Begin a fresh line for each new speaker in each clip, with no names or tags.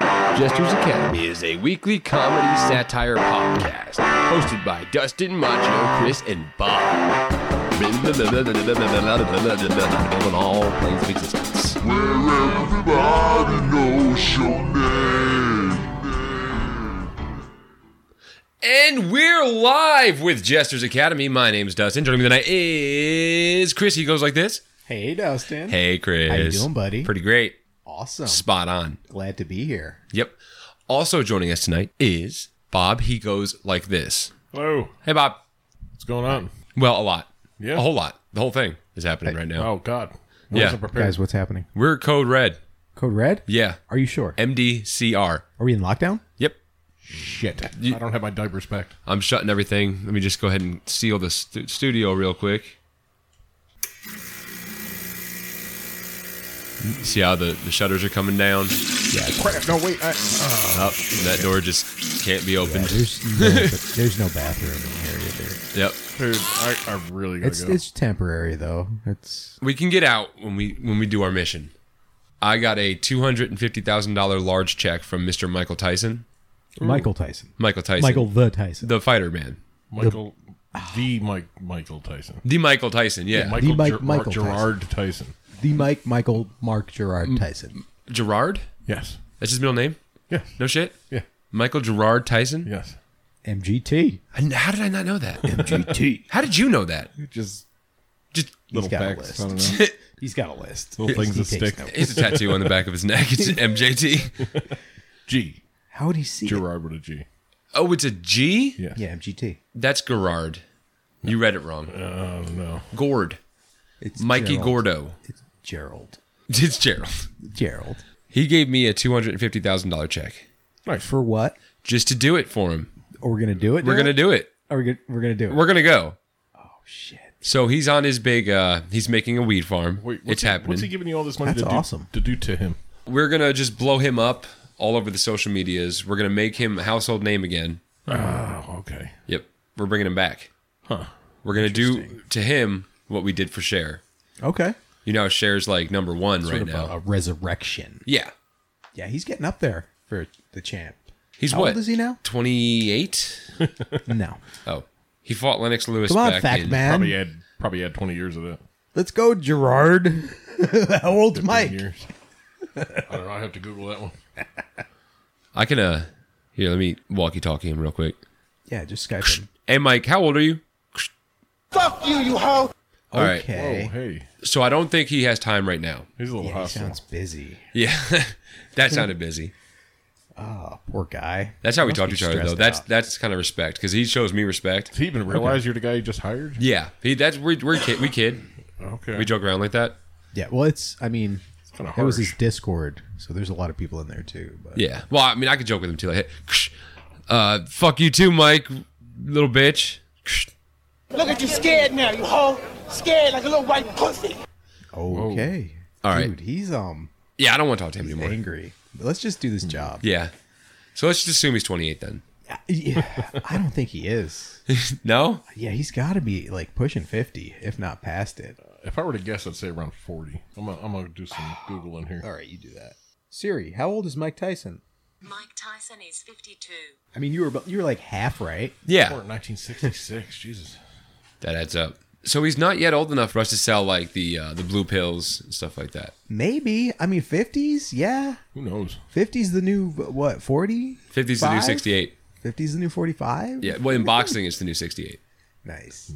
Jesters Academy is a weekly comedy satire podcast hosted by Dustin, Macho, Chris, and Bob. On all planes of existence.
Where everybody knows your name.
And we're live with Jesters Academy. My name's Dustin. Joining me tonight is Chris. He goes like this.
Hey, Dustin.
Hey, Chris.
How you doing, buddy?
Pretty great.
Awesome.
Spot on.
Glad to be here.
Yep. Also joining us tonight is Bob. He goes like this.
Hello.
Hey, Bob.
What's going on?
Well, a lot.
Yeah.
A whole lot. The whole thing is happening right now.
Oh God. I
Yeah.
wasn't prepared.
Guys, what's happening?
We're code red.
Code Red?
Yeah.
Are you sure?
MDCR.
Are we in lockdown?
Yep.
Shit.
I don't have my diapers packed.
I'm shutting everything. Let me just go ahead and seal the stu- studio real quick. See how the, the shutters are coming down?
Crap! No wait. I, uh,
Up. And that door just can't be opened.
There's no, there's no bathroom in here either.
Yep.
dude, I, I really gotta
It's
go.
it's temporary though. It's
we can get out when we when we do our mission. I got a two hundred and fifty thousand dollar large check from Mr. Michael Tyson.
Michael Tyson.
Michael Tyson,
Michael the Tyson.
the fighter man,
Michael, the Mike Michael Tyson,
the Michael Tyson. Yeah,
Michael,
Mike-
Ger-
Michael
Gerard Tyson.
The Mike Michael Mark
Mm.
Gerard Tyson.
Gerard.
Yes.
That's his middle name.
Yes.
No shit.
Yeah.
Michael Gerard Tyson.
Yes.
MGT.
And how did I not know that?
MGT.
how did you know that?
Just
Just
little
got a
facts.
list.
I don't know.
He's got a list.
Little things
He
that
takes
stick.
notes.
it's a tattoo on the back of his neck. It's an MJT.
G.
How would he see? it?
Gerard with a G.
Oh, it's a G.
Yes.
Yeah, MGT.
That's Gerard. You read it wrong.
Oh no.
Gord.
It's
Mikey
Gerald.
Gordo.
It's Gerald.
It's Gerald.
Gerald.
He gave me a two hundred and fifty thousand dollar check
For what?
just to do it for him.
Are we gonna do it?
We're
now?
gonna do it.
Are we gonna, we're gonna do it.
We're gonna go.
Oh,
Shit.
So he's on his big. uh He's making a weed farm.
Wait. What's
it's
he,
happening.
What's he giving you all this money
That's
to do,
awesome.
to do to him?
We're gonna just blow him up all over the social medias. We're gonna make him a household name again.
Oh, okay.
Yep. We're bringing him back.
Huh.
We're gonna do to him what we did for Cher.
Okay.
You know, how Cher's like number one right now.
A resurrection.
Yeah.
Yeah, he's getting up there for the champ.
He's
How
what?
old is he now?
Twenty eight.
No.
Oh, he fought Lennox Lewis.
Come on,
back
fact
in-
man.
Probably had probably had twenty years of that.
Let's go, Gerard. How old's
15
Mike?
Years. I don't know. I have to Google that one.
I can. uh Here, let me walkie talkie him real quick.
Yeah, just Skype him.
Hey, Mike, how old are you?
Fuck you, you hoe!
All right.
okay.
Oh, hey.
So I don't think he has time right now.
He's a little
Yeah, he
hostile.
sounds busy.
Yeah, that sounded busy.
Oh, poor guy.
That's how we
Must
talk to
be
each other,
stressed
though. That's
out.
that's kind of respect because he shows me respect.
Does he even realize you're the guy he just hired?
Yeah, he that's we're, we're kid, we kid,
Okay.
we joke around like that.
yeah. Well, it's. I mean,
kinda
it was
harsh.
his Discord, so there's a lot of people in there too. But
Yeah. Well, I mean, I could joke with him too. Like, hey, ksh, uh, fuck you too, Mike, little bitch. Ksh.
Look at you scared now, you hoe! Scared like a little white pussy!
okay.
All right.
Dude, he's um
Yeah, I don't want to talk to him anymore. Hmm.
angry. Let's just do this job.
Yeah. So let's just assume he's 28 then.
I, yeah, I don't think he is.
No.
Yeah, he's got to be like pushing fifty, if not past it.
If I were to guess, I'd say around 40. I'm gonna, I'm gonna do some googling here.
All right, you do that. Siri, how old is Mike Tyson?
Mike Tyson is 52.
I mean, you were about- you were like half right.
Or
Yeah,
1966. Jesus.
that adds up. So he's not yet old enough for us to sell like the uh, the blue pills and stuff like that.
Maybe. I mean, fifties. Yeah,
Who knows?
fifties the new what? Forty.
50s the new 68.
Fifties the new forty-five.
Yeah, well, in boxing, it's the new 68.
Nice.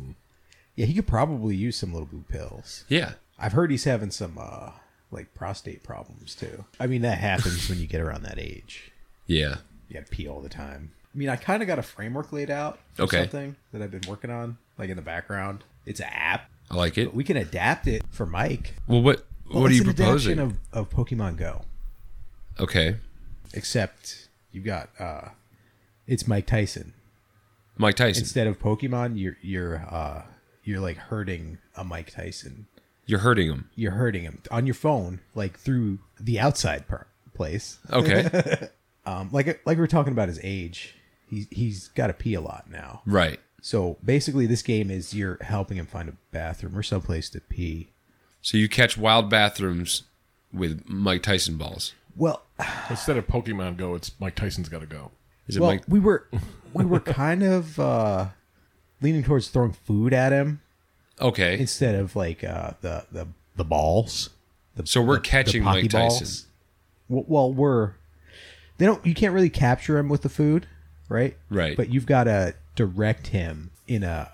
Yeah, he could probably use some little blue pills.
Yeah.
I've heard he's having some uh like prostate problems too. I mean, that happens when you get around that age.
Yeah.
you gotta pee all the time. I mean, I kind of got a framework laid out for
Okay.
something that I've been working on, like in the background. It's an app.
I like it.
We can adapt it for Mike.
Well, what
Well,
what are
it's
you
an adaptation
proposing?
of, of Pokemon Go?
okay.
Except you got uh, it's Mike Tyson
Mike Tyson.
instead of Pokemon. You're you're uh, you're like hurting a Mike Tyson.
You're hurting him.
You're hurting him on your phone, like through the outside per- place.
Okay.
Um, like like we were talking about his age. He's he's got to pee a lot now.
right.
So basically, this game is you're helping him find a bathroom or someplace to pee.
So you catch wild bathrooms with Mike Tyson balls.
Well,
Instead of Pokemon Go, it's Mike Tyson's got to go.
Is it
well,
Mike?
we were we were kind of uh, leaning towards throwing food at him
Okay.
instead of like uh, the the the balls. The,
So we're
the- the
catching Mike
Pokeballs.
Tyson.
Well, well, we're they don't. You can't really capture him with the food, right?
Right.
But you've got to direct him in a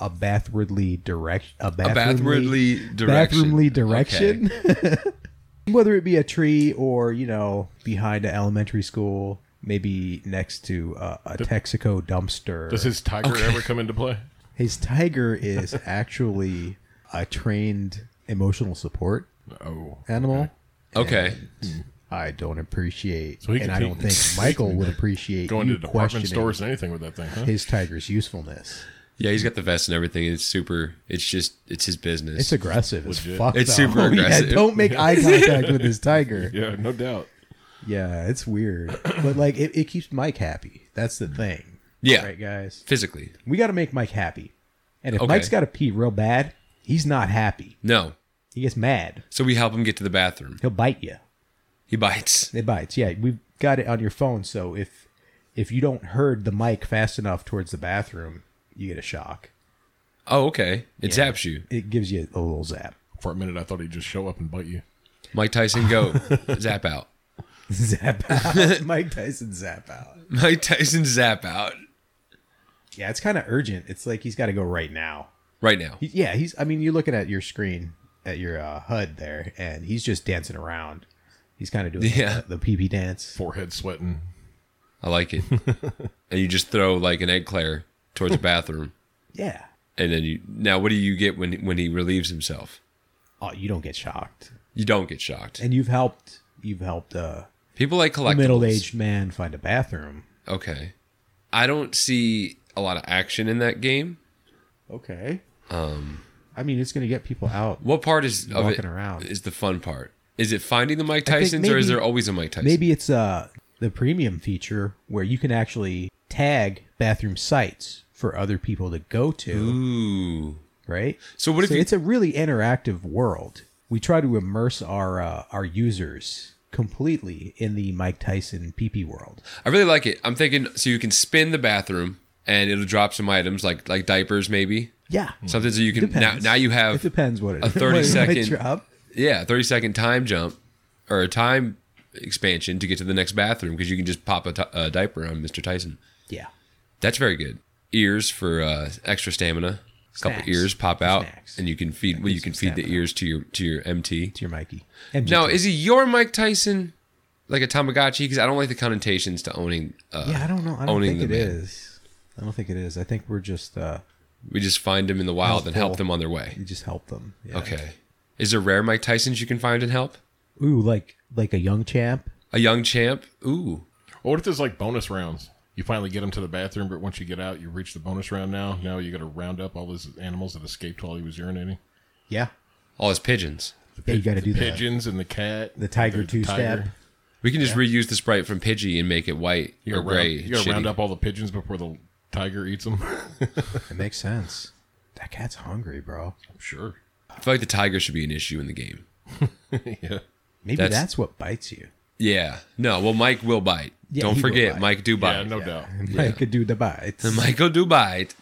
a, a bathwardly direct a bathroomly,
bathwardly direction.
bathroomly direction. Whether it be a tree or you know behind an elementary school, maybe next to uh, a Texaco dumpster.
Does his tiger ever come into play?
His tiger is actually a trained emotional support
Oh,
animal.
Okay.
I don't appreciate,
So he
and
can
I don't
take-
think Michael would appreciate
going
you
to department
questioning
stores and anything with that thing, huh?
his tiger's usefulness.
Yeah, he's got the vest and everything. It's super. It's just. It's his business.
It's aggressive as
Legit.
fuck.
It's
though.
super
Yeah,
aggressive.
don't make eye contact with his tiger.
Yeah, no doubt.
Yeah, it's weird, but like it, it keeps Mike happy. That's the thing.
yeah.
right, guys.
Physically,
We got to make Mike happy, and if
Okay.
Mike's got to pee real bad, he's not happy.
no.
He gets mad.
So we help him get to the bathroom.
He'll bite you.
He bites.
It bites. Yeah, we've got it on your phone. So if if you don't herd the mic fast enough towards the bathroom, you get a shock.
Oh, okay. It zaps you.
It gives you a little zap.
For a minute, I thought he'd just show up and bite you.
Mike Tyson, go zap out.
Zap out. Mike Tyson zap out.
Mike Tyson, zap out
Yeah, it's kind of urgent. It's like he's got to go right now.
right now.
He, yeah, he's. I mean, you're looking at your screen at your uh, HUD there, and he's just dancing around. He's kind of doing
Yeah.
the, the pee pee dance.
Forehead sweating.
I like it. and you just throw like an egg clair towards the bathroom,
Yeah.
and then you. Now, what do you get when when he relieves himself?
Oh, you don't get shocked,
You don't get shocked.
and you've helped. You've helped uh,
People like
a
collectibles.
middle aged man find a bathroom.
Okay. I don't see a lot of action in that game.
Okay. Um, I mean, it's gonna get people out.
What part is of
Walking
it
around.
is the fun part? Is it finding the Mike
I think
Tysons or is
maybe-
there always a Mike Tyson?
Maybe it's uh the premium feature where you can actually tag bathroom sites for other people to go to.
Ooh.
right?
Mm. So what if you-
it's a really interactive world? We try to immerse our uh, our users completely in the Mike Tyson PP world.
I really like it. I'm thinking so you can spin the bathroom and it'll drop some items like like diapers maybe.
Yeah,
Something so you can now, now you
Hmm. it
have
depends what it
a
is.
30
What it might
second-
drop.
yeah, 30 second time jump or a time expansion to get to the next bathroom because you can just pop a ti- a diaper on Mr. Tyson.
Yeah,
That's very good. Ears for uh, extra stamina. A couple
Snacks.
ears pop out,
Snacks.
and you can feed. Well, you can feed the ears to your to your MT.
to your Mikey. MGT.
Now, is he your Mike Tyson, like a Tamagotchi? Because I don't like the connotations to owning. Uh,
yeah, I don't know. I don't
owning
think it
the
is.
man.
I don't think it is. I think we're just uh,
We just find them in the wild and help
Helpful.
them on their way.
we just help them. Yeah.
Okay. Is there rare Mike Tysons you can find and help?
Ooh, like like a young champ.
A young champ. Ooh.
Or what if there's like bonus rounds? You finally get him to the bathroom, but once you get out, you reach the bonus round now. Now you got to round up all those animals that escaped while he was urinating.
Yeah.
All his pigeons.
Yeah, you got to
The
do that.
pigeons and the cat.
The tiger two
tiger.
stab.
We can just reuse the sprite from Pidgey and make it white
You
or
got to
gray.
round, you gotta
shitty.
round up all the pigeons before the tiger eats them.
It makes sense. That cat's hungry, bro.
sure.
I feel like the tiger should be an issue in the game.
yeah.
Maybe
That's-
that's what bites you.
Yeah. No. Well, Mike will bite.
Yeah,
Don't
he will
forget,
bite.
Mike do
Yeah,
bite.
no doubt.
I could do the bites.
Michael do bite.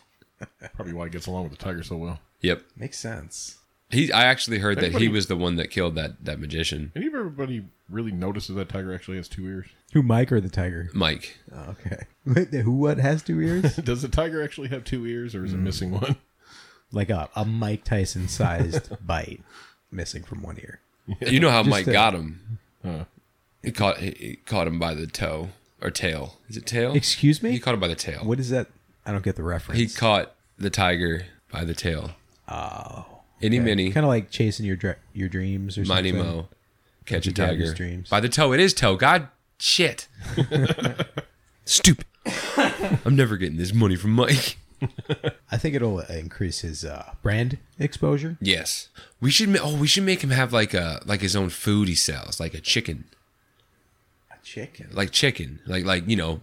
Probably why he gets along with the tiger so well.
Yep.
Makes sense.
He. I actually heard that he
Everybody-
was the one that killed that that magician,
And everybody really notices that tiger actually has two ears?
Who, Mike or the tiger?
Mike.
Oh, okay. Wait, the who, what has two ears?
Does the tiger actually have two ears, or is
Mm.
it missing one?
like a, a Mike Tyson sized bite missing from one ear.
You know how Mike
to-
got him. He caught he, he caught him by the toe or tail. Is it tail?
Excuse
He
me?
caught him by the tail.
What is that? I don't get the reference.
He caught the tiger by the tail. Oh. Any mini,
Kind of like chasing your dre- your dreams or
Money
something.
Mo, catch a
He grabbed his
tiger
dreams.
by the toe. It is toe. God shit. Stupid. I'm never getting this money from Mike.
I think it'll increase his uh, brand exposure.
Yes, we should. ma- Oh, we should make him have like a like his own food he sells, like a chicken,
Chicken.
like chicken, like like you know,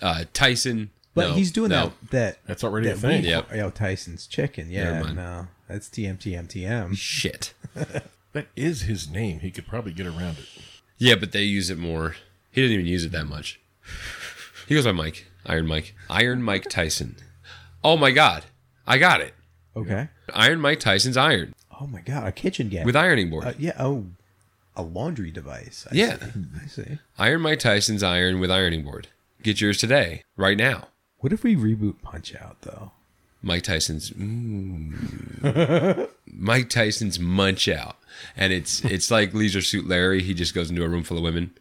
uh Tyson.
But
No,
he's doing
no.
that. that
That's already a
that
thing.
we-
Yep.
Oh, Tyson's chicken. Yeah,
Never mind.
no. That's TM, TM, TM.
shit.
That is his name. He could probably get around it.
Yeah, but they use it more. He didn't even use it that much. He goes by Mike, Iron Mike, Iron Mike Tyson. Oh my God, I got it.
Okay.
Iron Mike Tyson's iron
Oh my god, a kitchen gag.
with ironing board.
Uh, yeah. Oh, a laundry device. I
Yeah.
see. I see.
Iron Mike Tyson's iron with ironing board. Get yours today, right now.
What if we reboot Punch Out though?
Mike Tyson's mm. Mike Tyson's munch out, and it's it's like Leisure Suit Larry. He just goes into a room full of women,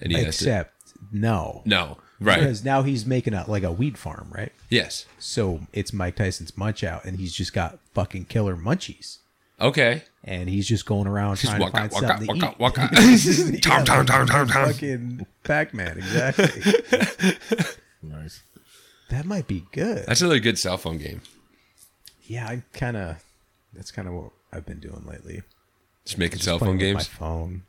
and he has
Except no,
to, no right
because now he's making a like a weed farm, right?
yes
So it's Mike Tyson's Munch Out, and he's just got fucking killer munchies,
okay
and he's just going around trying to
walk
find
out walk out
something
walk
to
out
eat.
walk out
Yeah,
tom tom
like
tom tom tom
Fucking Pac-Man, exactly.
Nice.
that might be good.
That's another good cell phone game.
Yeah, I'm kind of. That's kind of what I've been doing lately.
Just making cell
Playing
phone
with
games.
My phone.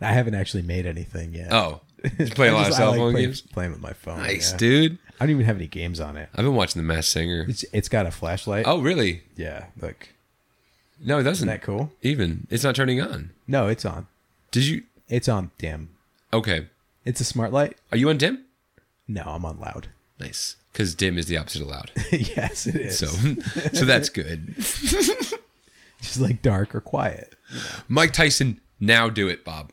I haven't actually made anything yet.
Oh, just play a
I
lot
just-
of
I
cell
like
phone
playing-
games.
Playing with my phone.
Nice,
yeah.
dude.
I don't even have any games on it.
I've been watching The Masked Singer.
It's it's got a flashlight.
Oh, really?
yeah. Look,
No, it doesn't.
isn't that cool?
Even it's not turning on.
No, it's on.
Did you?
It's on dim.
Okay.
It's a smart light.
Are you on dim?
No, I'm on loud.
Nice, because dim is the opposite of loud.
yes, it is.
So, so that's good.
just like dark or quiet.
Mike Tyson, now do it, Bob.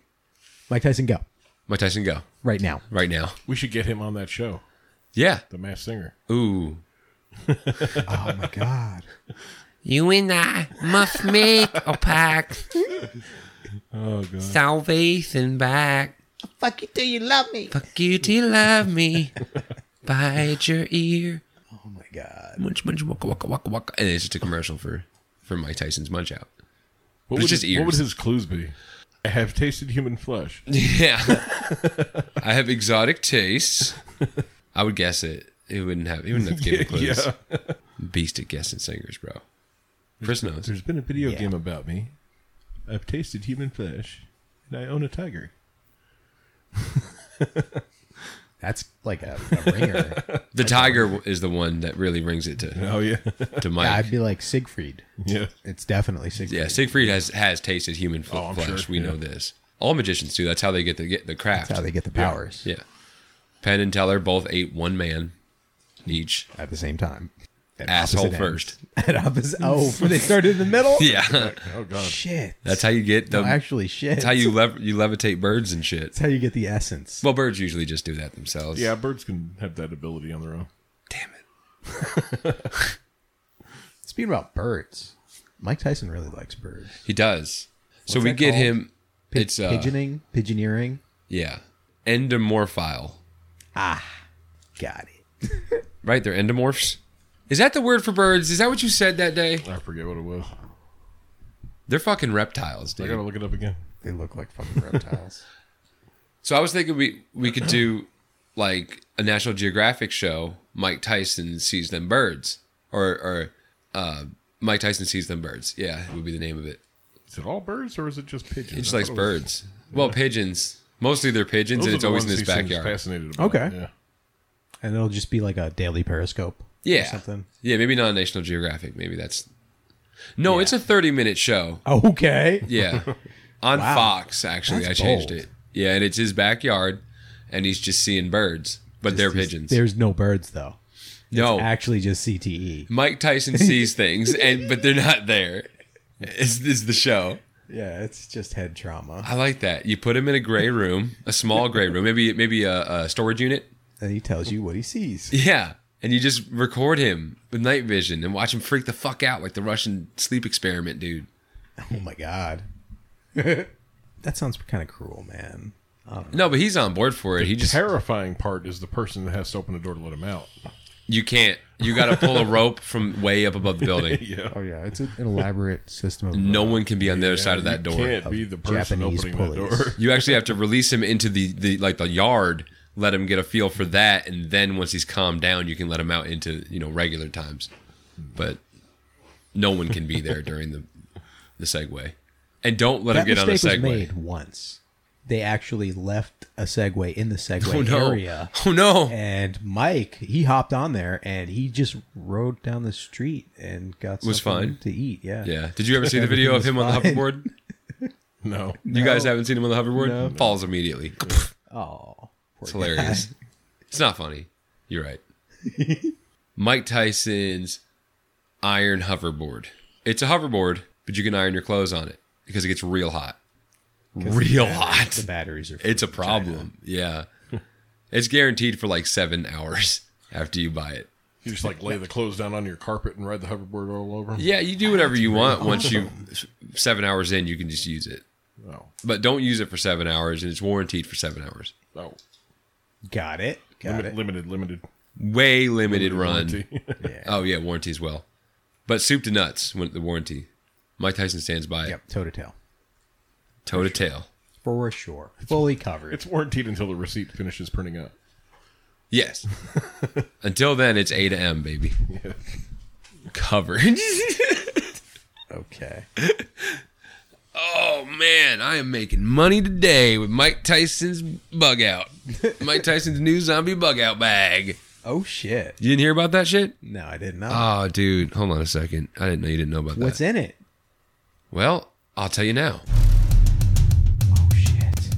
Mike Tyson, go
Mike Tyson, go
right now.
right now.
We should get him on that show,
Yeah.
The Masked Singer.
Ooh.
Oh my god.
You and I must make a pact.
Oh god.
Salvation back. Fuck you till you love me. Fuck you till you love me. Bite your ear.
Oh my god.
Munch, munch, waka, waka, waka, waka. And it's just a commercial for for Mike Tyson's Munch Out.
What
It's
would,
just
his, what would
ears.
his clues be? I have tasted human flesh.
Yeah. I have exotic tastes. I would guess it. It wouldn't have. He wouldn't have given clues.
Yeah.
Beast at guessing singers, bro. Chris knows.
Mm-hmm.
There's been a video game about me. I've tasted human flesh, and I own a tiger.
That's like a, a ringer.
The tiger is the one that really rings it to
Oh yeah,
to
Yeah, I'd
Mike.
be like Siegfried.
yeah.
It's definitely Siegfried.
Yeah, Siegfried has has tasted human fl-
Oh, I'm
flesh.
sure,
We know this. All magicians do. That's how they get the get the craft.
That's how they get the powers
Yeah. Penn and Teller both ate one man each.
at the same time. At
Asshole
opposite
first.
ends. At opposite. Oh, they started in the middle.
Yeah.
Oh god.
Shit.
That's how you get the
No, actually shit.
that's how you lev- you levitate birds and shit.
That's how you get the essence.
Well, birds usually just do that themselves.
Yeah, birds can have that ability on their own.
Damn it.
Speaking about birds, Mike Tyson really likes birds.
He does. so
What's
we
that
get
called?
him it's uh
Pigeoning, pigeoneering.
yeah. Endomorphile.
Got it.
Right? They're endomorphs. Is that the word for birds? Is that what you said that day?
I forget what it was.
They're fucking reptiles,
I gotta
dude.
look it up again.
They look like fucking reptiles.
So I was thinking we we could do like a National Geographic show. Mike Tyson sees them birds, or or uh, Mike Tyson sees them birds. Yeah, would be the name of it.
Is it all birds or is it just pigeons?
He just
I
likes
thought it was-
birds. Well, pigeons. Mostly they're pigeons,
Those
and
are
it's
the
always in his
ones he seems
backyard.
Fascinated about.
Okay.
Yeah.
and it'll just be like a daily periscope.
Yeah,
something.
Yeah, maybe not National Geographic. Maybe that's. No, it's a thirty-minute show.
Okay.
Yeah, on
Wow.
Fox. Actually,
That's
I changed
bold.
it. Yeah, and it's his backyard, and he's just seeing birds, but they're pigeons. Oh.
There's no birds though.
no,
Actually, just E. CTE.
Mike Tyson sees things, and but they're not there. Is is the show?
Yeah, it's just head trauma.
I like that. You put him in a gray room, a small gray room, maybe maybe a, a storage unit.
And he tells you what he sees.
Yeah, and you just record him with night vision and watch him freak the fuck out like the Russian sleep experiment, dude.
Oh my god. that sounds kind of cruel, man.
No, but he's on board for it. He just
Terrifying part is the person that has to open the door to let him out.
you can't. You got to pull a rope from way up above the building.
Yeah.
Oh yeah, it's an elaborate system of uh,
No one can be on the other side of that door.
You can't be the person
Japanese
opening
pulleys.
that door.
You actually have to release him into the, the like the yard, let him get a feel for that, and then once he's calmed down, you can let him out into you know regular times. But no one can be there during the the segue, and don't let
that
him get on a
mistake
segue.
was made once. They actually left a Segway in the Segway
oh no!
area,
Oh no!
and Mike he hopped on there and he just rode down the street and got
Was
something
fine.
to eat. Yeah,
Yeah. Did you ever see the video of him on the
Everything
hoverboard?
No.
You guys haven't seen him on the hoverboard?
No.
Falls immediately.
Oh,
It's hilarious. It's not funny. You're right. Mike Tyson's iron hoverboard. It's a hoverboard, but you can iron your clothes on it because it gets real hot. Real hot.
the batteries are.
It's a problem. Yeah. it's guaranteed for like seven hours after you buy it.
You just like lay the clothes down on your carpet and ride the hoverboard all over 'em?
Yeah, you do whatever you want once you seven hours in, you can just use it.
Oh.
But don't use it for seven hours and it's warranted for seven hours.
Oh.
Got it. Got
Limited,
it.
limited, limited.
Way limited run.
warranty.
Oh yeah, warranty as well. But soup to nuts went the warranty. Mike Tyson stands by it,
Yep. Toe to toe.
toe to tail.
For sure. Fully covered.
it's warranted until the receipt finishes printing up.
Yes. Until then, it's A to M, baby. Covered.
Okay.
oh man, I am making money today with Mike Tyson's bug out. Mike Tyson's new zombie bug out bag.
Oh shit.
You didn't hear about that shit?
No, I did not.
Oh, dude, hold on a second. I didn't know you didn't know about
What's
that.
in it?
Well, I'll tell you now.
Oh shit.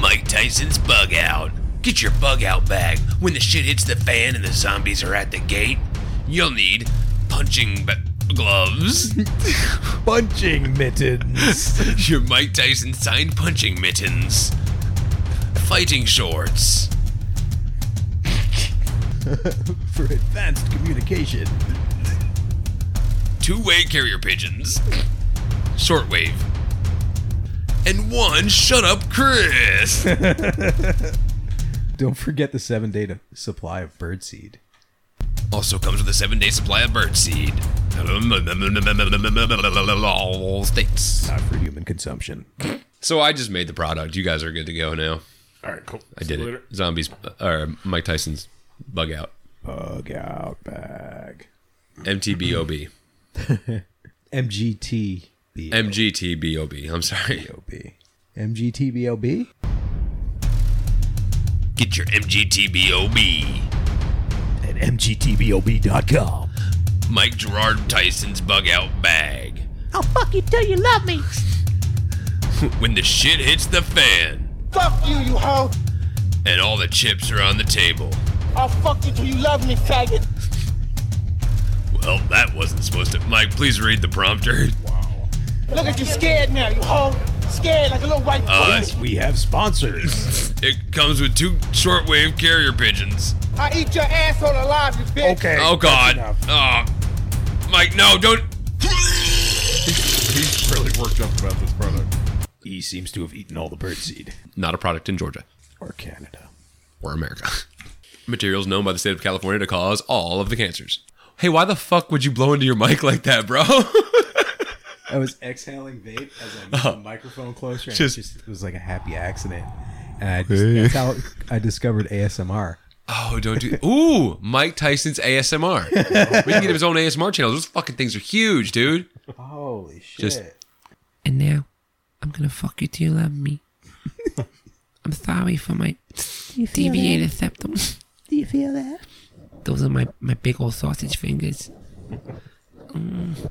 Mike Tyson's bug out. Get your bug out bag. When the shit hits the fan and the zombies are at the gate, you'll need punching ba- gloves,
Punching mittens.
your Mike Tyson signed punching mittens, fighting shorts,
for advanced communication.
two way carrier pigeons, shortwave, and one shut up Chris.
Don't forget the seven day to supply of birdseed.
also comes with a seven day supply of birdseed. All states.
Not for human consumption.
So I just made the product. You guys are good to go now.
All right, cool.
I did it. Zombies or Mike Tyson's bug out.
Bug out bag.
MTBOB.
MGT.
MGTBOB. I'm sorry.
MGTBLB?
Get your MGTBOB.
At MGTBLB.com.
Mike Gerard Tyson's bug out bag.
I'll fuck you till you love me.
When the shit hits the fan
Fuck you, you hoe.
and all the chips are on the table.
I'll fuck you till you love me, faggot.
Well, that wasn't supposed to. Mike, please read the prompter.
Look at you scared now, you hoe. Scared like a little white
Uh,
bitch.
We have sponsors.
it comes with two shortwave carrier pigeons.
I eat your asshole alive, you bitch.
Okay.
Oh, God.
enough.
Oh, Mike, no, don't.
He's really worked up about this product.
he seems to have eaten all the birdseed.
Not a product in Georgia
Or Canada.
or America. Materials known by the state of California to cause all of the cancers. Hey, why the fuck would you blow into your mic like that, bro?
I was exhaling vape as I moved the microphone closer. And
Just-
it just it was like a happy accident. And I just, that's how I discovered ASMR.
oh, don't do. Ooh, Mike Tyson's ASMR. we can get his own ASMR channel. Those fucking things are huge, dude.
Holy shit.
Just-
And now, I'm gonna fuck you till you love me. I'm sorry for my deviated septum. Do you feel that? Those are my, my big old sausage fingers. Mm.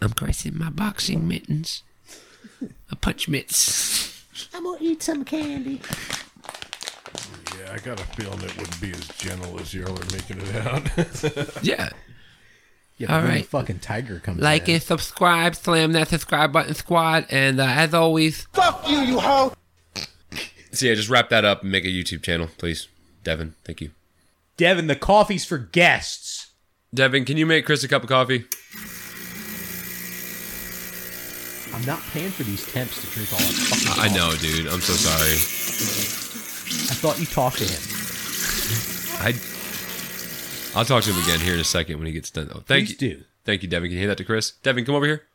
I'm caressing my boxing mittens. A punch mitts.
I'm gonna eat some candy.
Yeah, I got a feeling it wouldn't be as gentle as y'all are making it out.
Yeah.
yeah, but
all
when the
right.
fucking tiger comes
Like
in.
and subscribe, slam that subscribe button, squad. And uh, as always,
Fuck you, you hoe.
So yeah, just wrap that up and make a YouTube channel, please. Devin, thank you.
Devin, the coffee's for guests.
Devin, can you make Chris a cup of coffee?
I'm not paying for these temps to drink all that fucking
I know, dude. I'm so sorry.
I thought you talked to him.
I I'll talk to him again here in a second when he gets done. Oh, thank
Please
you.
do.
Thank you, Devin. Can you hear that to Chris? Devin, come over here.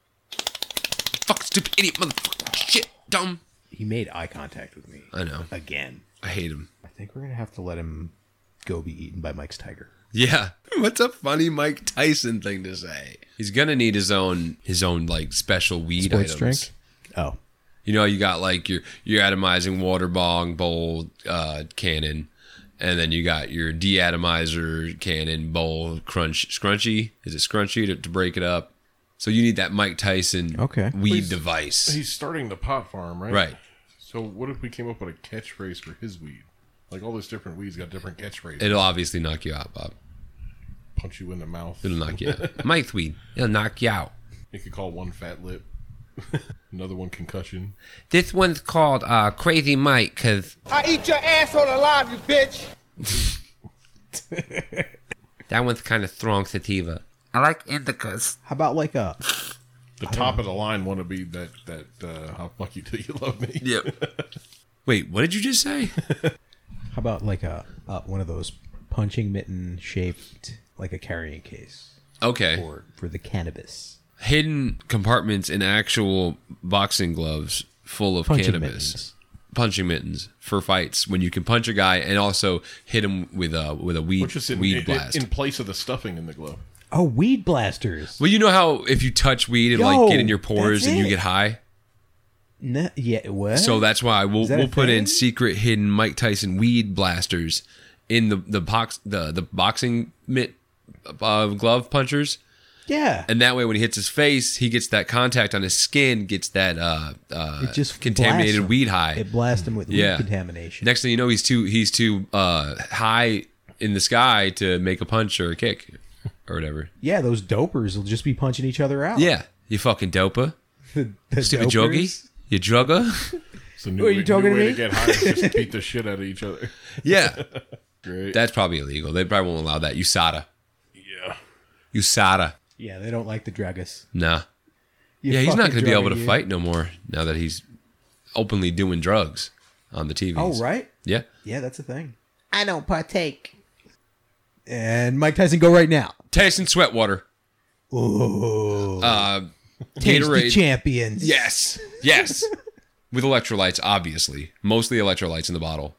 Fuck, stupid idiot, motherfucker. Shit, dumb.
He made eye contact with me.
I know.
Again.
I hate him.
I think we're going to have to let him go be eaten by Mike's tiger.
Yeah. What's a funny Mike Tyson thing to say? He's gonna need his own his own like special weed items.
Oh.
You know, you got like your your atomizing water bong bowl uh, cannon, and then you got your deatomizer cannon bowl crunch scrunchy. Is it scrunchy to, to break it up? So you need that Mike Tyson
Okay.
weed
He's-
device.
He's starting the pot farm, right?
Right.
So what if we came up with a catchphrase for his weed? Like all those different weeds got different catchphrases.
It'll obviously knock you out, Bob.
Punch you in the mouth.
It'll knock you out. Mike weed. It'll knock you out.
You could call one fat lip, another one concussion.
This one's called uh, Crazy Mike because
I eat your asshole alive, you bitch.
that one's kind of strong sativa. I like indicas.
How about like a
The top of the line want to be that that uh, I'll fuck you till you love me. Yeah.
Wait, what did you just say?
how about like a uh, one of those punching mitten shaped like a carrying case
Okay.
for for the cannabis
hidden compartments in actual boxing gloves full of
punching
cannabis
mittens.
punching mittens for fights when you can punch a guy and also hit him with a with a weed
Which is in,
weed
in-
blast.
in place of the stuffing in the glove.
Oh, weed blasters.
well, you know how if you touch weed, it like get in
Yo,
your pores
that's
and you
it.
get high.
No, yeah, what?
So that's why we'll
that a
we'll put in
thing?
secret hidden Mike Tyson weed blasters in the the box the the boxing mitt uh, glove punchers.
yeah,
and that way when he hits his face he gets that contact on his skin gets that uh uh
it just blasts
contaminated
'em.
weed high
It blasts them with
Yeah.
weed contamination.
next thing you know he's too he's too uh high in the sky to make a punch or a kick or whatever
yeah, those dopers will just be punching each other out.
yeah you fucking dopa
the, the
stupid jogi
dopers.
you drugger
So new
What, are
way,
you talking
new
to
way
me?
to get high is just beat the shit out of each other.
yeah
Great.
that's probably illegal they probably won't allow that usada
yeah.
usada
Yeah, they don't like the druggers.
nah
You
yeah he's not
fucking
gonna be able to
drugger, you.
fight no more now that he's openly doing drugs on the tv
Oh, right.
yeah
Yeah, that's a thing.
I don't partake.
And Mike Tyson, go right now.
tyson sweatwater
Ooh,
uh
taste the
Gatorade.
champions.
Yes. Yes. With electrolytes, obviously. Mostly electrolytes in the bottle.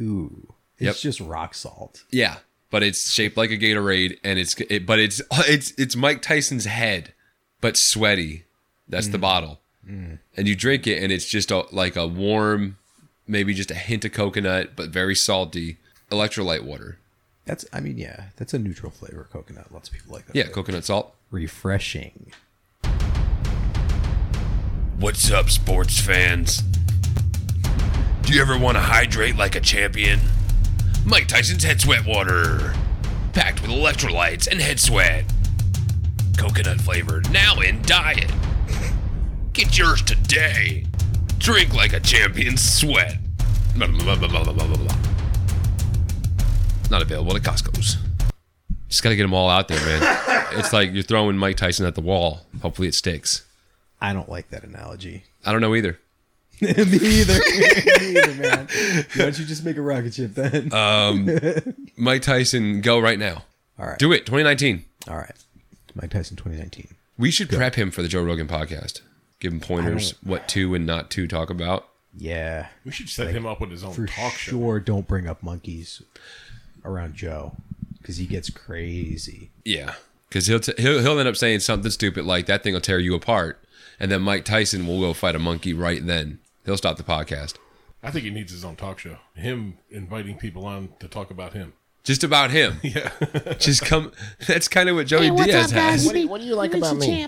Ooh, it's just rock salt.
Yeah. But it's shaped like a Gatorade and it's it, but it's it's it's Mike Tyson's head, but sweaty. That's the bottle. And you drink it and it's just a, like a warm, maybe just a hint of coconut, but very salty electrolyte water.
That's, I mean, yeah, that's a neutral flavor. Coconut. Lots of people like that.
Yeah, coconut salt.
refreshing.
What's up, sports fans? Do you ever want to hydrate like a champion? Mike Tyson's Head Sweat Water, packed with electrolytes and head sweat. Coconut flavored, now in diet. Get yours today. Drink like a champion sweat. Blah, blah, blah, blah, blah, blah, blah, blah.
Not available at Costco's. Just got to get them all out there, man. it's like you're throwing Mike Tyson at the wall. Hopefully it sticks.
I don't like that analogy.
I don't know either.
Me either. Me either, man. Why don't you just make a rocket ship then?
Uh, Mike Tyson, go right now.
All right.
Do it. 2019.
All right. Mike Tyson 2019.
We should prep him for the Joe Rogan podcast. Give him pointers what to and not to talk about.
Yeah.
We should set him up with his own
For
talk show.
sure, don't bring up monkeys around Joe because he gets crazy.
Yeah, because he'll, t- he'll he'll end up saying something stupid like that thing will tear you apart, and then Mike Tyson will go fight a monkey right then. He'll stop the podcast
I think he needs his own talk show. Him inviting people on to talk about him.
just about him. Yeah, just come. That's kind of what Joey Diaz has.
What do you like about me?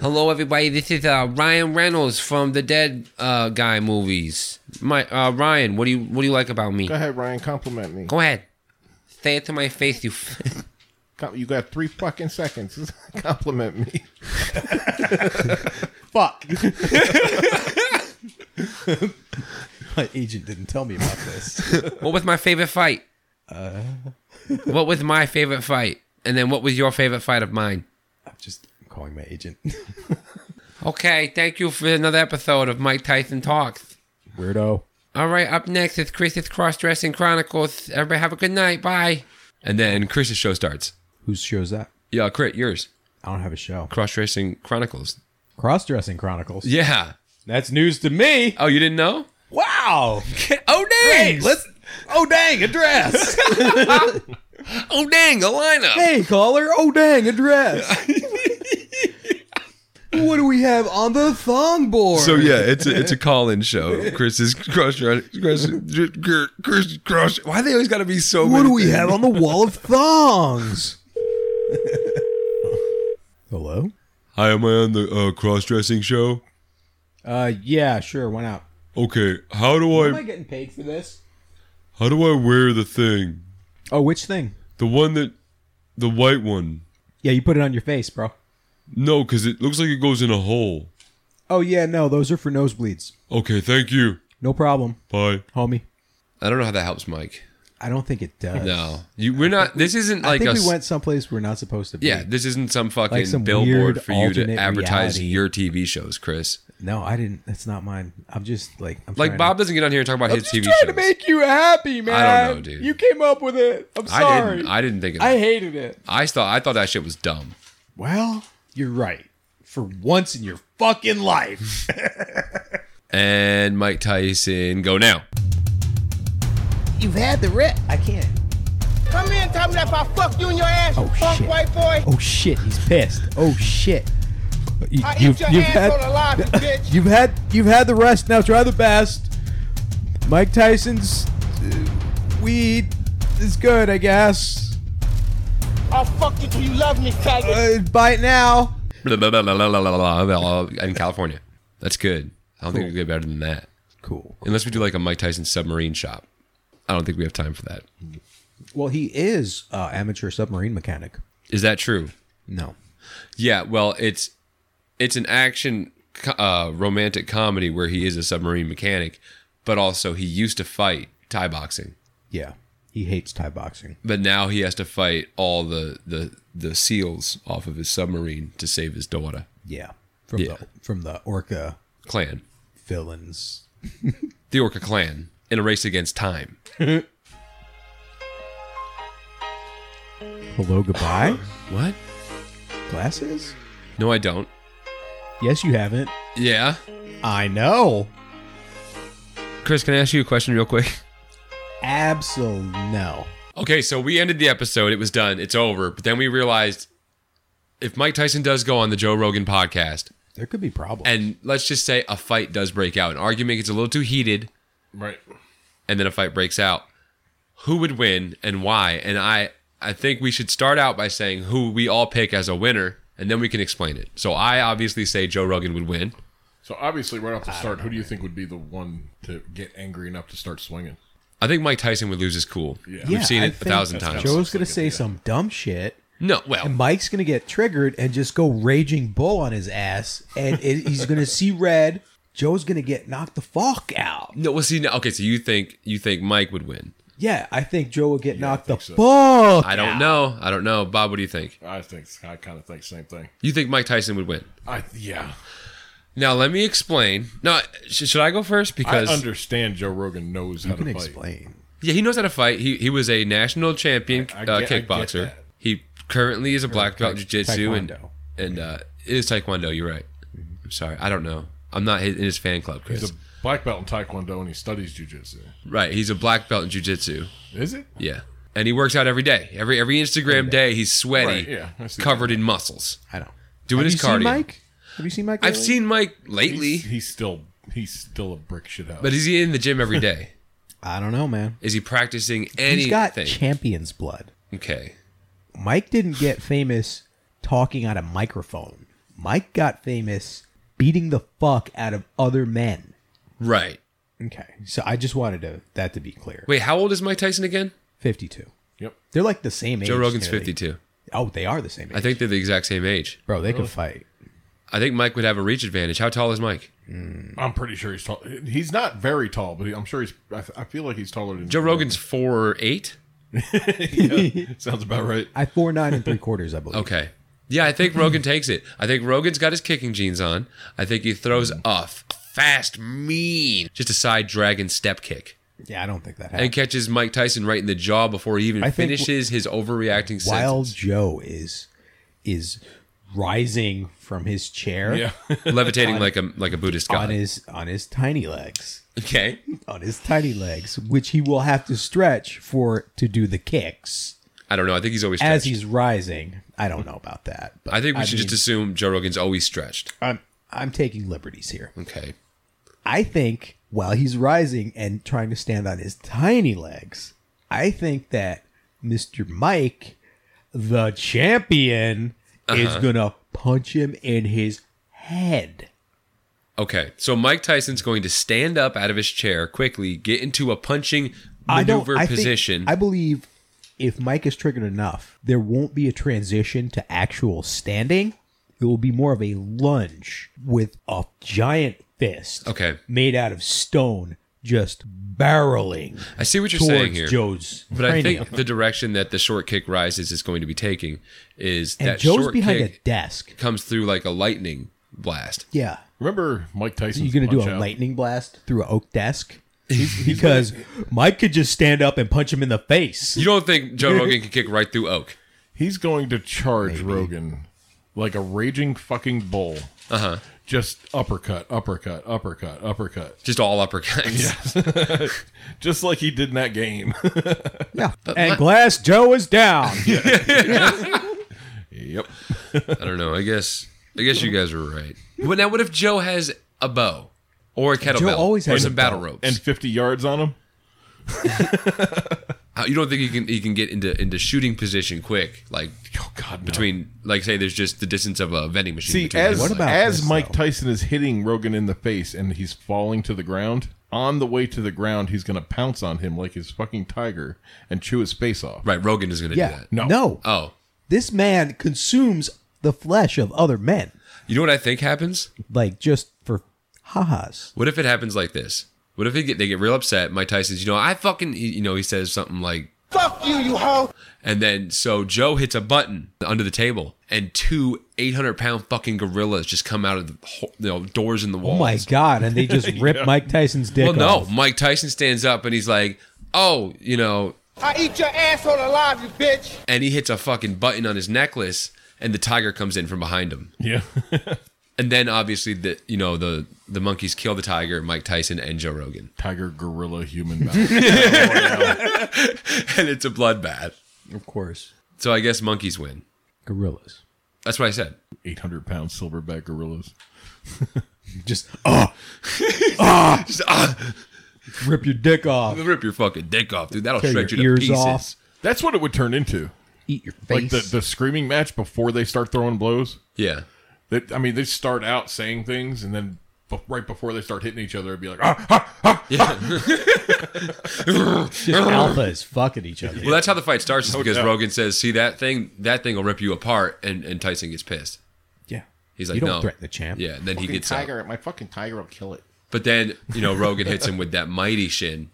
Hello, everybody. This is uh, Ryan Reynolds from the Dead uh, Guy movies. My uh, Ryan, what do you what do you like about me?
Go ahead, Ryan. Compliment me.
Go ahead, say it to my face. You. F-
Com- You got three fucking seconds. Compliment me.
Fuck. My agent didn't tell me about this.
What was my favorite fight?
Uh.
what was my favorite fight? And then what was your favorite fight of mine?
I'm just calling my agent.
Okay, thank you for another episode of Mike Tyson Talks.
Weirdo.
All right, up next is Chris's Cross Dressing Chronicles. Everybody have a good night. Bye.
And then Chris's show starts.
Whose show's that?
Yeah, Crit, yours.
I don't have a show.
Cross Racing Chronicles.
Cross dressing chronicles.
Yeah.
That's news to me.
Oh, you didn't know?
Wow.
Oh dang!
Let's. Oh dang, address.
oh dang! A lineup.
hey caller. Oh dang, address. what do we have on the thong board?
So yeah, it's a it's a call in show. Chris's cross Chris, Chris cross. Why they always got to be so?
What
many
do we
things?
have on the wall of thongs? Hello?
Hi, am I on the uh, cross-dressing show?
Uh, yeah, sure. Why not?
Okay, how do
Am I
I
getting paid for this?
how do I wear the thing?
Oh, which thing?
The one that the white one.
Yeah, you put it on your face, bro.
No, cuz it looks like it goes in a hole.
Oh, yeah, no, those are for nosebleeds.
Okay, thank you.
No problem,
Bye.
homie.
I don't know how that helps Mike.
I don't think it does.
No. You we're not this isn't
I
like
think
a
we
s-
went someplace we're not supposed to be.
Yeah, this isn't some fucking
Like some
billboard
weird
for you to
alternate
advertise
reality.
your TV shows, Chris.
No, I didn't. That's not mine. I'm just like I'm
Like
trying
Bob
To,
doesn't get on here and talk about
I'm
his
just
TV
trying
shows.
to make you happy, man.
know, dude.
You came up with it. I'm sorry.
I didn't I didn't think of that.
I
I,
hated it.
thought I thought that shit was dumb.
Well, you're right. For once in your fucking life.
And Mike Tyson go now.
You've had the rep.
I can't.
Come in, tell me that if I fuck you in your ass, you
Oh,
punk
shit.
white boy.
Oh shit, he's pissed. Oh shit. You,
I eat your asshole alive, you bitch.
You've had you've had the rest. Now try the best. Mike Tyson's uh, weed is good, I guess.
I'll fuck you till you love me, faggot.
Uh, buy it now.
Blah, blah, blah, blah, blah, blah, blah, blah, in California. That's good. I don't think we will get better than that.
Cool.
Unless we do like a Mike Tyson submarine shop. I don't think we have time for that.
Well, he is uh, amateur submarine mechanic.
Is that true?
No.
Yeah, well, it's it's an action co- uh, romantic comedy where he is a submarine mechanic, but also he used to fight Thai boxing,
Yeah. He hates Thai boxing.
but now he has to fight all the the the seals off of his submarine to save his daughter.
Yeah. From
Yeah.
the from the orca
Clan,
villains.
the Orca Clan, in a race against time.
Hello, goodbye.
What?
Glasses?
No, I don't.
Yes, you haven't.
Yeah,
I know.
Chris, can I ask you a question real quick?
Absol no.
Okay, so we ended the episode. It was done. It's over. But then we realized if Mike Tyson does go on the Joe Rogan podcast,
There could be problems.
and let's just say a fight does break out, an argument gets a little too heated,
Right.
and then a fight breaks out, who would win and why? And I, I think we should start out by saying who we all pick as a winner, and then we can explain it. So I obviously say Joe Rogan would win.
So obviously, right off the start, who do you think would be the one to get angry enough to start swinging?
I think Mike Tyson would lose his cool.
Yeah.
We've seen
I
it a
think
thousand times.
Joe's gonna say some dumb shit,
no, well,
and Mike's gonna get triggered and just go raging bull on his ass, and it, he's gonna see red. Joe's gonna get knocked the fuck out.
no, well, see, no, okay, so you think you think Mike would win?
Yeah, I think Joe will get knocked the
think so.
fuck.
I don't know. I don't know. Bob, what do you think?
I think I kind of think same thing.
You think Mike Tyson would win?
I yeah.
Now let me explain. No, sh- should I go first?
I
Because
understand Joe Rogan knows how
You can
to fight.
explain.
yeah, he knows how to fight. He he was a national champion
I- I
uh,
get- I get
kickboxer.
that.
He currently is a black belt in jiu-jitsu and
taekwondo.
and uh, it is taekwondo. You're right.
Mm-hmm.
I'm sorry. I don't know. I'm not his, in his fan club, Chris.
He's a black belt in taekwondo and he studies jujitsu.
right. He's a black belt in jiu-jitsu.
Is it?
Yeah. And he works out every day. Every every Instagram day, he's sweaty,
Right, yeah, I see
covered in muscles.
I don't.
Doing
Have
his
you seen
cardio.
Mike? Have you seen Mike?
I've
lately?
seen Mike lately,
He's, he's still he's still a brick shit house.
but is he in the gym every day?
I don't know, man.
is he practicing anything?
He's got champion's blood.
okay.
Mike didn't get famous talking on a microphone. Mike got famous beating the fuck out of other men.
Right.
Okay, so I just wanted to, that to be clear.
Wait, how old is Mike Tyson again?
52.
yep.
They're like the same age.
Joe Rogan's
nearly.
52.
Oh, they are the same age.
I think they're the exact same age.
Bro, they could fight.
I think Mike would have a reach advantage. How tall is Mike?
I'm pretty sure he's tall. He's not very tall, but he, I'm sure he's. I, I feel like he's taller than
Joe Rogan's four eight.
Sounds about right.
I four nine and three quarters, I believe.
Okay. Yeah, I think Rogan takes it. I think Rogan's got his kicking jeans on. I think he throws
Mm.
a fast, mean, just a side dragon step kick
Yeah, I don't think that
and
happened.
catches Mike Tyson right in the jaw before he even
I think-
finishes his overreacting
While
sentence.
Joe is is rising from his chair
Yeah.
Levitating like a like a Buddhist
on
god.
his on his tiny legs.
Okay.
On his tiny legs, which he will have to stretch for to do the kicks
I don't know. I think he's always
as
stretched.
he's rising. I don't know about that. But
I think we should just
mean,
assume Joe Rogan's always stretched.
I'm I'm taking liberties here.
Okay.
I think while he's rising and trying to stand on his tiny legs, I think that Mr. Mike, the champion, is
Uh-huh.
gonna punch him in his head.
Okay, so Mike Tyson's going to stand up out of his chair quickly, get into a punching
I don't.
maneuver
I think-
position.
I believe if Mike is triggered enough, there won't be a transition to actual standing. It will be more of a lunge with a giant fist,
Okay.
made out of stone, just barreling
I see what you're
towards
saying here.
Joe's.
But I
cranium.
think the direction that the short kick rises is going to be taking is
and
that
Joe's
short
behind
kick
a desk.
comes through like a lightning blast.
Yeah,
Remember Mike Tyson?
you're gonna do a
out?
lightning blast through an oak desk because Mike could just stand up and punch him in the face.
You don't think Joe Rogan can kick right through oak?
He's going to charge Rogan like a raging fucking bull. Uh huh.
Uh-huh.
Just uppercut, uppercut, uppercut, uppercut.
Just all uppercuts.
Just like he did in that game.
yeah. and Glass Joe is down.
yep.
I don't know. I guess I guess you guys were right. But now, what if Joe has a bow or a kettlebell
always
or
has
some
a
battle
bow.
ropes?
And 50 yards on him.
How- you don't think you can you can get into into shooting position quick, like
Oh, God, no.
between like say there's just the distance of a vending machine.
See,
between
as,
them.
What about
as
this,
Mike
though?
Tyson is hitting Rogan in the face and he's falling to the ground, on the way to the ground, he's going to pounce on him like his fucking tiger and chew his face off.
right, Rogan is going to do
Yeah.
that.
No.
No.
Oh,
This man consumes the flesh of other men,
you know what I think happens?
like just for ha-has.
What if it happens like this? What if they get, they get real upset? Mike Tyson's, you know, I fucking, you know, he says something like,
Fuck you, you hoe.
and then so Joe hits a button under the table, and two 800 pound fucking gorillas just come out of the ho- you know, doors in the
Oh
walls.
my god! And they just rip Mike Tyson's dick
Well, no,
off.
Mike Tyson stands up and he's like, oh, you know,
I eat your asshole alive, you bitch.
and he hits a fucking button on his necklace, and the tiger comes in from behind him.
Yeah.
And then obviously the you know the the monkeys kill the tiger, Mike Tyson and Joe Rogan,
tiger, gorilla, human. battle.
and it's a bloodbath.
Of course,
So I guess monkeys win.
gorillas.
That's what I said.
800 pound silverback gorillas.
Just ah, ah, rip your dick off,
Rip your fucking dick off, dude. That'll
Tear
shred
your
you to
ears
pieces.
off.
That's what it would turn into.
eat your
Like
face.
the, the screaming match before they start throwing blows.
Yeah.
That I mean, they start out saying things, and then b- right before they start hitting each other, it'd be like, ah, ah, ah.
just alphas fucking each other.
Well, that's how the fight starts, is because
doubt.
Rogan says, "See that thing? That thing will rip you apart," and, and Tyson gets pissed.
Yeah,
He's like,
you don't
"No,
threaten the champ.
Yeah, and then he gets up.
my fucking tiger will kill it.
But then you know Rogan hits him with that mighty shin,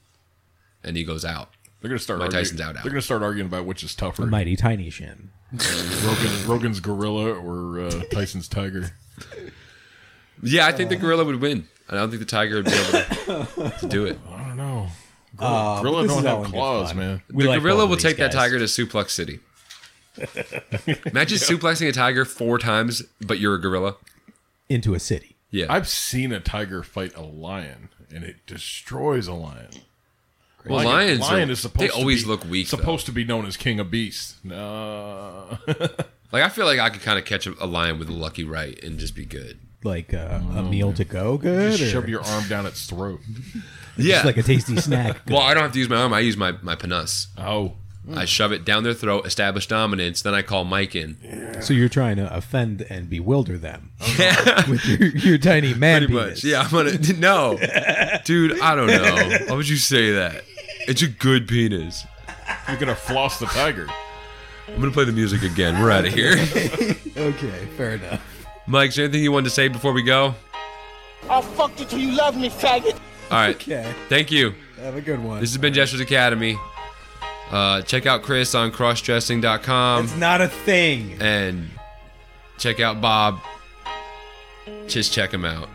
and he goes out.
They're gonna start.
Mike
arguing,
Tyson's out, out.
They're gonna start arguing about which is tougher,
mighty tiny shin.
Rogan, Rogan's gorilla or uh, Tyson's tiger.
Yeah, I think the gorilla would win. I don't think the tiger would be able to, to do it.
I don't know. Gorilla, gorilla
Uh, this
don't
is all
have
in good
claws,
fun.
man.
We
the
like
gorilla
both of
will
these
take that
guys.
tiger to Suplex City. Imagine suplexing a tiger four times, but you're a gorilla.
into a city.
Yeah,
I've seen a tiger fight a lion, and it destroys a lion.
well, lions.
lion
are,
is supposed.
they always
to be,
look weak. though.
Supposed to be known as king of beasts. No,
Like I feel like I could kind of catch a, a lion with a lucky right and just be good.
Like uh, a
Mm.
meal to go, good.
just
or
shove your arm down its throat.
Yeah.
It's like a tasty snack.
well, I don't have to use my arm. I use my my panas.
Oh,
I shove it down their throat, establish dominance. Then I call Mike in.
So you're trying to offend and bewilder them with your, your tiny man
Pretty
penis.
much. Yeah, I'm gonna. No, dude, I don't know. Why would you say that? It's a good penis.
you're gonna floss the tiger.
I'm gonna play the music again. We're out of here.
Okay, fair enough.
Mike, is there anything you wanted to say before we go?
I fucked you till you love me, faggot.
All right.
Okay,
Thank you.
have a good one.
This has been Jester's Academy. Uh, check out Chris on crossdressing.com
it's not a thing.
and check out Bob. Just check him out.